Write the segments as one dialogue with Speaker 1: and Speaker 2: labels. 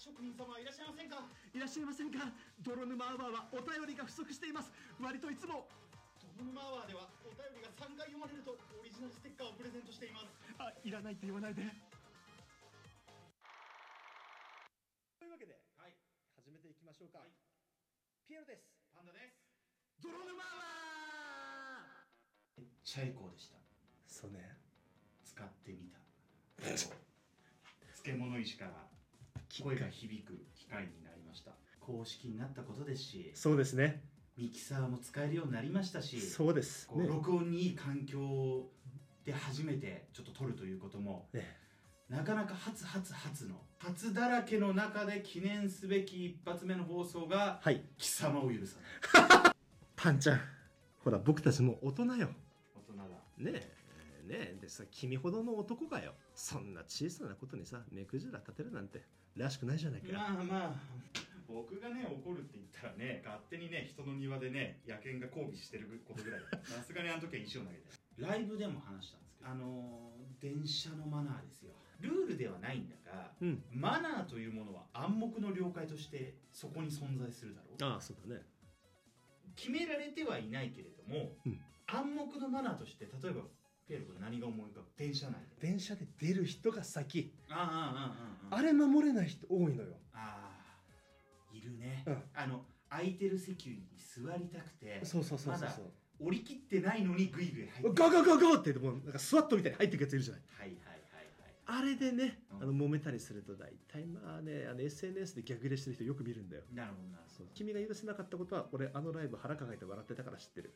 Speaker 1: 職人様はいらっしゃいませんか
Speaker 2: いらっしゃいませんか泥沼アワーはお便りが不足しています割といつも
Speaker 1: ドムマワーではお便りが3回読まれるとオリジナルステッカーをプレゼントしています
Speaker 2: あいらないって言わないで
Speaker 3: というわけで
Speaker 1: はい
Speaker 3: 始めていきましょうか、
Speaker 1: はい
Speaker 3: ピエロです
Speaker 1: パンダです
Speaker 2: 泥沼アワ
Speaker 1: チャイコーでした
Speaker 3: そうね
Speaker 1: 使ってみた漬物石から声が響く機械になりました公式になったことですし
Speaker 3: そうですね
Speaker 1: ミキサーも使えるようになりましたし
Speaker 3: そうです
Speaker 1: こう
Speaker 3: ね
Speaker 1: 録音にいい環境で初めてちょっと撮るということも
Speaker 3: ね
Speaker 1: なかなか初初初の初だらけの中で記念すべき一発目の放送が
Speaker 3: はい
Speaker 1: 貴様を許さない
Speaker 3: パンちゃんほら僕たちも大人よ
Speaker 1: 大人だ
Speaker 3: ねええーねえでさ君ほどの男がよそんな小さなことにさ目くじら立てるなんてらしくないじゃないかよ、
Speaker 1: まあまあ僕がね怒るって言ったらね勝手にね人の庭でね野犬が抗議してることぐらいださすがにあの時は石を投げてライブでも話したんですけどあのー電車のマナーですよルールではないんだが、
Speaker 3: うん
Speaker 1: マナーというものは暗黙の了解としてそこに存在するだろう
Speaker 3: ああそうだね
Speaker 1: 決められてはいないけれども、
Speaker 3: うん
Speaker 1: 暗黙のマナーとして例えばペル君何が思い浮かぶ電車内で
Speaker 3: 電車で出る人が先
Speaker 1: あああああ
Speaker 3: あれ守れない人多いのよ
Speaker 1: あーいるね、
Speaker 3: うん
Speaker 1: あの空いてる席に座りたくて
Speaker 3: そうそうそうそうそう
Speaker 1: まだ折り切ってないのにグイグイ入って
Speaker 3: ゴーゴーゴーゴーってもうなんかスワットみたいに入ってくやついるじゃない
Speaker 1: はいはいはい
Speaker 3: あれでね、
Speaker 1: うん
Speaker 3: あの揉めたりすると大体まあねあの SNS で逆ギレしてる人よく見るんだよ
Speaker 1: はいなるほどなるほ
Speaker 3: そう
Speaker 1: ど
Speaker 3: 君が許せなかったことは俺あのライブ腹抱えて笑ってたから知ってる、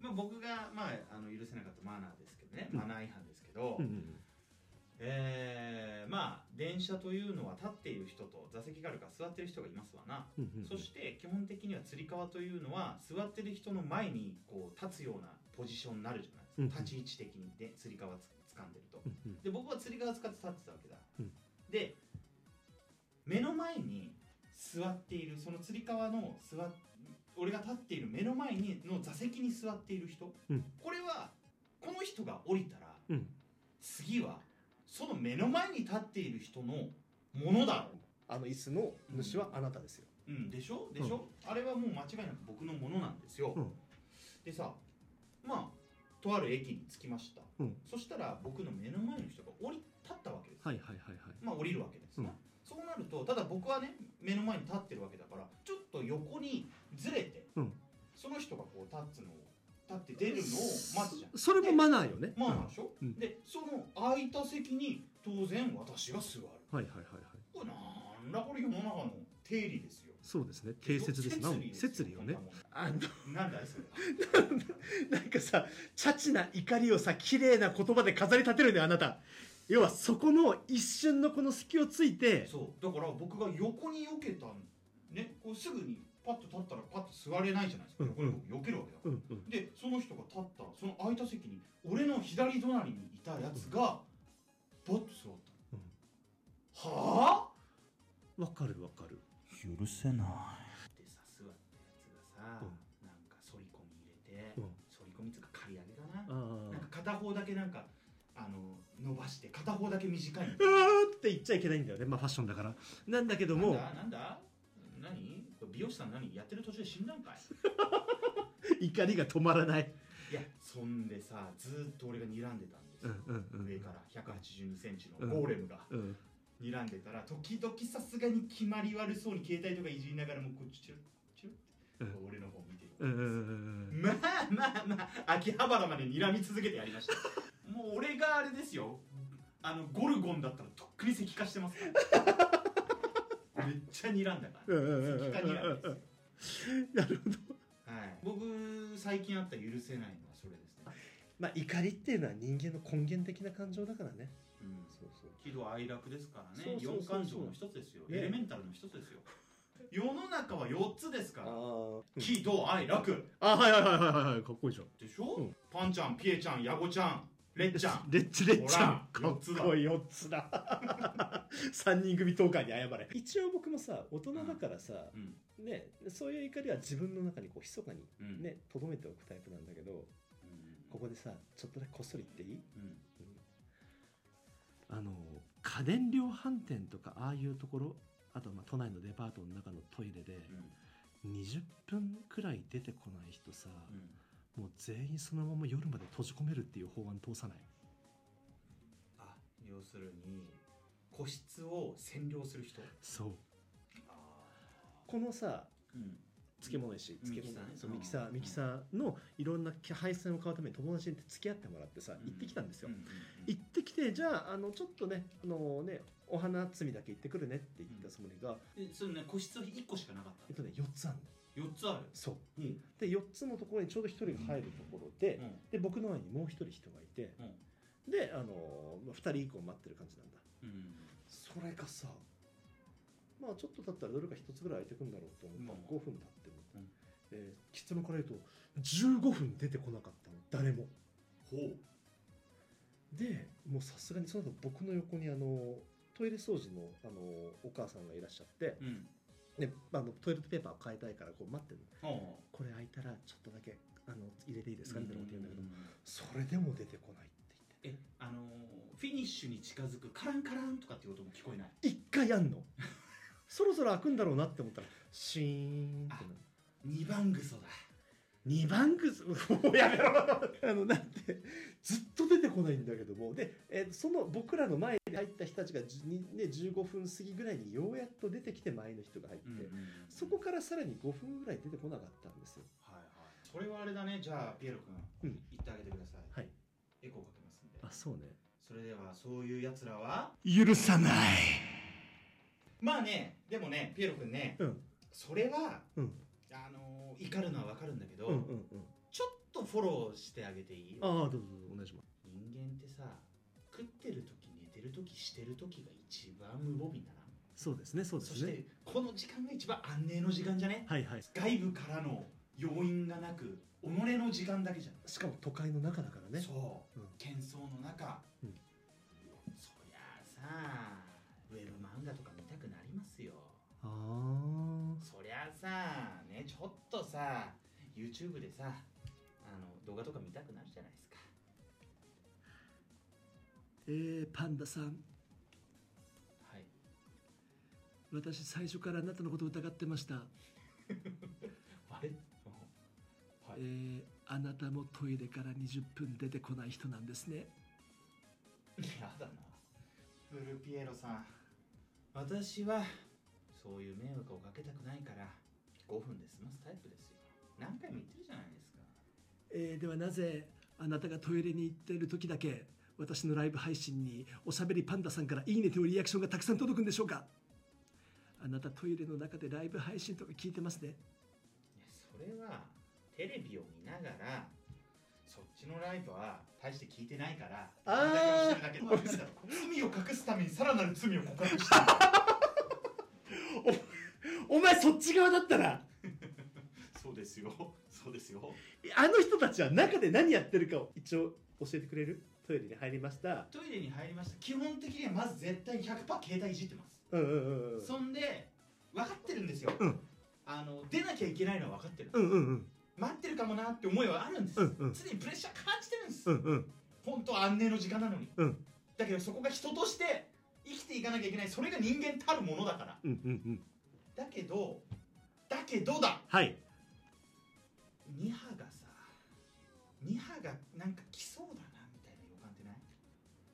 Speaker 1: まあ、僕が、まあ、あの許せなかったマナーですけどね、
Speaker 3: うん
Speaker 1: マナー違反ですけど、
Speaker 3: ん、
Speaker 1: えーまあ電車というのは立っている人と座席があるから座ってる人がいますわな、
Speaker 3: うんうん
Speaker 1: そして基本的にはつり革というのは座ってる人の前にこう立つようなポジションになるじゃないですか、
Speaker 3: うんうん
Speaker 1: 立ち位置的にでつり革つ掴んでると、
Speaker 3: うんうん
Speaker 1: で僕は釣り革使って立ってたわけだ、
Speaker 3: うん
Speaker 1: で目の前に座っているその釣り革の座っ俺が立っている目の前にの座席に座っている人、
Speaker 3: うん
Speaker 1: これはこの人が降りたら
Speaker 3: うん
Speaker 1: 次はその目の前に立っている人のものだろ
Speaker 3: あの椅子の主はあなたですよ、
Speaker 1: う、うん、でしょでしょ、あれはもう間違いなく僕のものなんですよ、
Speaker 3: うん
Speaker 1: でさまあとある駅に着きました、
Speaker 3: うん
Speaker 1: そしたら僕の目の前の人が降り立ったわけです
Speaker 3: はいはいはいはい
Speaker 1: まあ降りるわけですね、そうなるとただ僕はね目の前に立ってるわけだからちょっと横にずれて、
Speaker 3: うん
Speaker 1: その人がこう立つのを立って出るのを待つじゃん
Speaker 3: それもマナーよね
Speaker 1: まあなんでしょ、
Speaker 3: うん
Speaker 1: でその空いた席に当然私が座る
Speaker 3: はいはいはいはい
Speaker 1: これなんだこれ世の中の定理ですよ
Speaker 3: そうですね定説ですなお
Speaker 1: 説
Speaker 3: 説
Speaker 1: 理
Speaker 3: 理
Speaker 1: よ
Speaker 3: よねあの
Speaker 1: なんだいそれ
Speaker 3: なんかさチャチな怒りをさ綺麗な言葉で飾り立てるねあなた要はそこの一瞬のこの隙をつい て
Speaker 1: そうだから僕が横に避けたんねこうすぐにパッと立ったらパッと座れないじゃないですか、
Speaker 3: うん
Speaker 1: これ僕避けるわけだから
Speaker 3: うんうん
Speaker 1: でその人が立ったその空いた席に俺の左隣にいたやつがバッと座った、は
Speaker 3: わかるわかる
Speaker 1: あ許せないでさ座ったやつがさ、
Speaker 3: う
Speaker 1: なんか反り込み入れて、
Speaker 3: うん
Speaker 1: 反り込みつうか刈り上げかな、
Speaker 3: あ
Speaker 1: なんか
Speaker 3: あ
Speaker 1: 片方だけなんかあの伸ばして片方だけ短いの
Speaker 3: うわーって言っちゃいけないんだよねまあファッションだからなんだけど
Speaker 1: なん
Speaker 3: も
Speaker 1: だなんだ何これ美容師さん何やってる途中で死んだんかい
Speaker 3: 怒りが止まらない
Speaker 1: いやそんでさずーっと俺が睨んでたんです
Speaker 3: う
Speaker 1: よ、
Speaker 3: んうんうん
Speaker 1: 上から1 8 2ンチのゴーレムが、
Speaker 3: うん
Speaker 1: 睨んでたら時々さすがに決まり悪そうに携帯とかいじりながらもうこっちチュルチュルって、
Speaker 3: う
Speaker 1: 俺の方見てる、
Speaker 3: うんうんうんうん
Speaker 1: まあまあまあ秋葉原まで睨み続けてやり ましたもう俺があれですよあのゴルゴンだったらとっくに石化してますからめっちゃ睨んだか
Speaker 3: うんうんうん
Speaker 1: ら石化
Speaker 3: うん
Speaker 1: 睨みですよ
Speaker 3: なるほど
Speaker 1: はい、僕最近あった許せないのはそれですね、
Speaker 3: まあ怒りっていうのは人間の根源的な感情だからね
Speaker 1: うん、
Speaker 3: そうそう
Speaker 1: 喜怒哀楽ですから
Speaker 3: そ
Speaker 1: ね
Speaker 3: うそうそう
Speaker 1: 四
Speaker 3: そう
Speaker 1: 感情の一つですよ、
Speaker 3: ね
Speaker 1: エレメンタルの一つですよ世の中は4つですから
Speaker 3: あ
Speaker 1: 喜怒哀楽
Speaker 3: あはいはいはいはいはいかっこいいじゃん
Speaker 1: でしょ、
Speaker 3: うん
Speaker 1: パンちゃんピエちゃんヤゴちゃんレッちゃん
Speaker 3: レッチレッチャン
Speaker 1: ほら
Speaker 3: かっこいい4つだ 3人組トーカーに謝れ一応僕もさ大人だからさ
Speaker 1: う、ん
Speaker 3: ね、そういう怒りは自分の中にこう密かに
Speaker 1: うん
Speaker 3: ねとど、めておくタイプなんだけど
Speaker 1: うん
Speaker 3: ここでさちょっとだけこっそり言っていい
Speaker 1: うん
Speaker 3: あの家電量販店とかああいうところあとまあ都内のデパートの中のトイレで
Speaker 1: うん
Speaker 3: 20分くらい出てこない人さ、
Speaker 1: うん
Speaker 3: もう全員そのまま夜まで閉じ込めるっていう法案通さない
Speaker 1: あ要するに個室を占領する人
Speaker 3: そう
Speaker 1: あ
Speaker 3: このさ
Speaker 1: うん
Speaker 3: 漬物石
Speaker 1: ミ
Speaker 3: 漬
Speaker 1: キサー
Speaker 3: 物
Speaker 1: ね
Speaker 3: そう
Speaker 1: うん
Speaker 3: ミキサーミキサーのいろんな配線を買うために友達に付き合ってもらってさ行ってきたんですよ、
Speaker 1: ううん
Speaker 3: 行ってきてじゃああのちょっとねあのねお花摘みだけ行ってくるねって言ったつもりが、
Speaker 1: でそれね個室は1個しかなかった
Speaker 3: えっとね4つあるの
Speaker 1: 4つある
Speaker 3: そう
Speaker 1: うん
Speaker 3: で4つのところにちょうど1人が入るところで、
Speaker 1: うん
Speaker 3: で僕の前にもう1人人がいて
Speaker 1: うん
Speaker 3: であのーまあ2人以降待ってる感じなんだ
Speaker 1: うん
Speaker 3: それがさまあちょっと経ったらどれか1つぐらい空いてくんだろうと思ったら
Speaker 1: うん
Speaker 3: 5分経っても、
Speaker 1: うん
Speaker 3: えー結論から言うと15分出てこなかったの誰も
Speaker 1: ほう
Speaker 3: でもうさすがにその後僕の横にあのトイレ掃除のあのお母さんがいらっしゃって、
Speaker 1: うん
Speaker 3: ね、あのトイレットペーパーを変えたいからこう待ってるの
Speaker 1: ほ
Speaker 3: これ開いたらちょっとだけあの入れていいで
Speaker 1: う
Speaker 3: すかみたいなこと言うんだけど、
Speaker 1: うん
Speaker 3: それでも出てこないって
Speaker 1: えあのーフィニッシュに近づくカランカランとかっていう音も聞こえない
Speaker 3: 言って一回や んのそろそろ開くんだろうなって思ったらシーンってなる
Speaker 1: 2番グソだ
Speaker 3: 2番くずもうやめろあのなんてずっと出てこないんだけどもで、えーその僕らの前に入った人たちがじゅに、ね、15分過ぎぐらいにようやっと出てきて前の人が入って、そこからさらに5分ぐらい出てこなかったんですよ
Speaker 1: はいはいそれはあれだねじゃあピエロ君、
Speaker 3: うん
Speaker 1: 言ってあげてください
Speaker 3: はい
Speaker 1: エコーかけますんで
Speaker 3: そうね
Speaker 1: それではそういうやつらは
Speaker 2: 許さない
Speaker 1: まあねでもねピエロ君ね、
Speaker 3: うん
Speaker 1: それは、
Speaker 3: うん
Speaker 1: あのー怒るのはわかるんだけど、
Speaker 3: うんうんうん
Speaker 1: ちょっとフォローしてあげていい
Speaker 3: ああどうぞどうぞお願いします
Speaker 1: 人間ってさ食ってる時寝てる時してる時が一番無防備だな
Speaker 3: そうですねそうで
Speaker 1: そ
Speaker 3: す
Speaker 1: し
Speaker 3: ね
Speaker 1: てこの時間が一番安寧の時間じゃね
Speaker 3: はいはい
Speaker 1: 外部からの要因がなく己の時間だけじゃん
Speaker 3: しかも都会の中だからね
Speaker 1: そう、
Speaker 3: うん
Speaker 1: 喧騒の中、
Speaker 3: うん
Speaker 1: そりゃあさウェブ漫画とか見たくなりますよ
Speaker 3: あ
Speaker 1: そりゃあさねちょっとさ YouTube でさあの動画とか見たくなるじゃないですか
Speaker 2: えー、パンダさん
Speaker 1: はい
Speaker 2: 私最初からあなたのことを疑ってました、
Speaker 1: あれは
Speaker 2: え
Speaker 1: い
Speaker 2: ー、あなたもトイレから20分出てこない人なんですね
Speaker 1: やだなブルピエロさん私はそういう迷惑をかけたくないから5分で済ますタイプですよ何回も言ってるじゃないですか
Speaker 2: えーではなぜあなたがトイレに行っている時だけ私のライブ配信におしゃべりパンダさんから「いいね」というリアクションがたくさん届くんでしょうかあなたトイレの中でライブ配信とか聞いてますね
Speaker 1: いやそれはテレビを見ながらそっちのライブは大して聞いてないから
Speaker 3: あー
Speaker 1: あ罪を隠すためにさらなる罪を告白した
Speaker 3: お前そっち側だったら
Speaker 1: そうですよそうですよ
Speaker 3: あの人たちは中で何やってるかを一応教えてくれるトイレに入りました
Speaker 1: トイレに入りました基本的にはまず絶対100%携帯いじってます
Speaker 3: うんうんうんうん
Speaker 1: そんで分かってるんですよ、
Speaker 3: うん
Speaker 1: あの出なきゃいけないのは分かってる、
Speaker 3: うんうんうん
Speaker 1: 待ってるかもなって思いはあるんです、
Speaker 3: うんうん
Speaker 1: 常にプレッシャー感じてるんです、
Speaker 3: うんうん
Speaker 1: 本当は安寧の時間なのに、
Speaker 3: うん
Speaker 1: だけどそこが人として生きていかなきゃいけないそれが人間たるものだから
Speaker 3: うんうんうん
Speaker 1: だけどだけどだ
Speaker 3: はい
Speaker 1: 2波がさ2波がなんか来そうだなみたいな予感ってない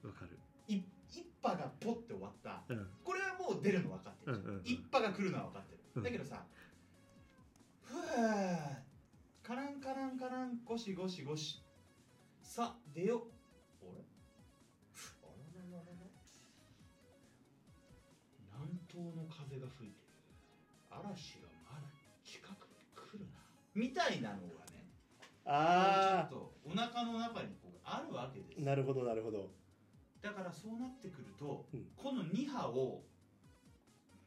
Speaker 3: わかる
Speaker 1: い一波がポッて終わった
Speaker 3: うん
Speaker 1: これはもう出るの分かってる、
Speaker 3: うんうんうん
Speaker 1: 一波が来るのは分かってる、
Speaker 3: うん
Speaker 1: だけどさふーカランカランカランゴシゴシゴシさあ出ようあれふあららららら南東の風が吹いてる嵐がまだ近くに来るなみたいなのがね
Speaker 3: あ
Speaker 1: ちょっとお腹の中にこうあるわけです
Speaker 3: あなるほどなるほど
Speaker 1: だからそうなってくると、
Speaker 3: うん
Speaker 1: この2波を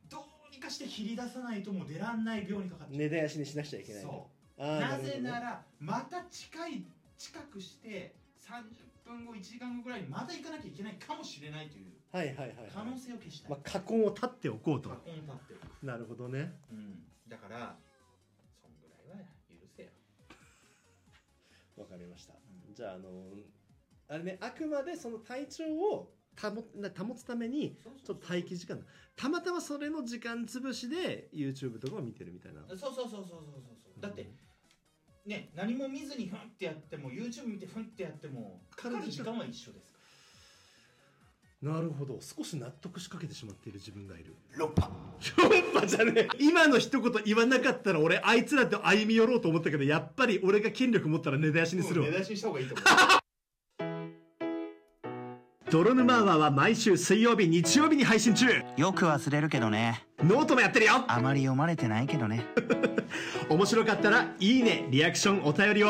Speaker 1: どうにかして切り出さないともう出らんない病にかかっちゃう、
Speaker 3: 根絶やしにしなくちゃいけない
Speaker 1: そ
Speaker 3: あ
Speaker 1: う
Speaker 3: ー
Speaker 1: なぜ
Speaker 3: るほどね
Speaker 1: ならまた近い近くして30分後1時間後ぐらいにまた行かなきゃいけないかもしれないという
Speaker 3: はいはいはいはい
Speaker 1: 可能性を消したい、
Speaker 3: まあ過根を立っておこうと
Speaker 1: 過去に立っていく
Speaker 3: なるほどね
Speaker 1: うん、だからそんぐらいは許せよ
Speaker 3: わかりました
Speaker 1: う
Speaker 3: じゃああのーあれねあくまでその体調を保な保つためにちょっと待機時間たまたまそれの時間潰しで YouTube とかを見てるみたいな
Speaker 1: そうそうそうそうそうそうそうだってね何も見ずにフンってやっても YouTube 見てフンってやってもかかる時間は一緒ですか
Speaker 3: なるほど少し納得しかけてしまっている自分がい る
Speaker 1: ら6波
Speaker 3: やっぱじゃね今の一言言わなかったら俺あいつらと歩み寄ろうと思ったけどやっぱり俺が権力持ったら根絶やしにするわ
Speaker 1: 出だしにした方がいいと思
Speaker 3: 泥沼アワーは毎週水曜日日曜日に配信中
Speaker 4: よく忘れるけどね
Speaker 3: ノートもやってるよ
Speaker 4: あまり読まれてないけどね
Speaker 3: 面白かったらいいねリアクションお便りを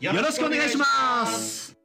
Speaker 3: よろしくお願いします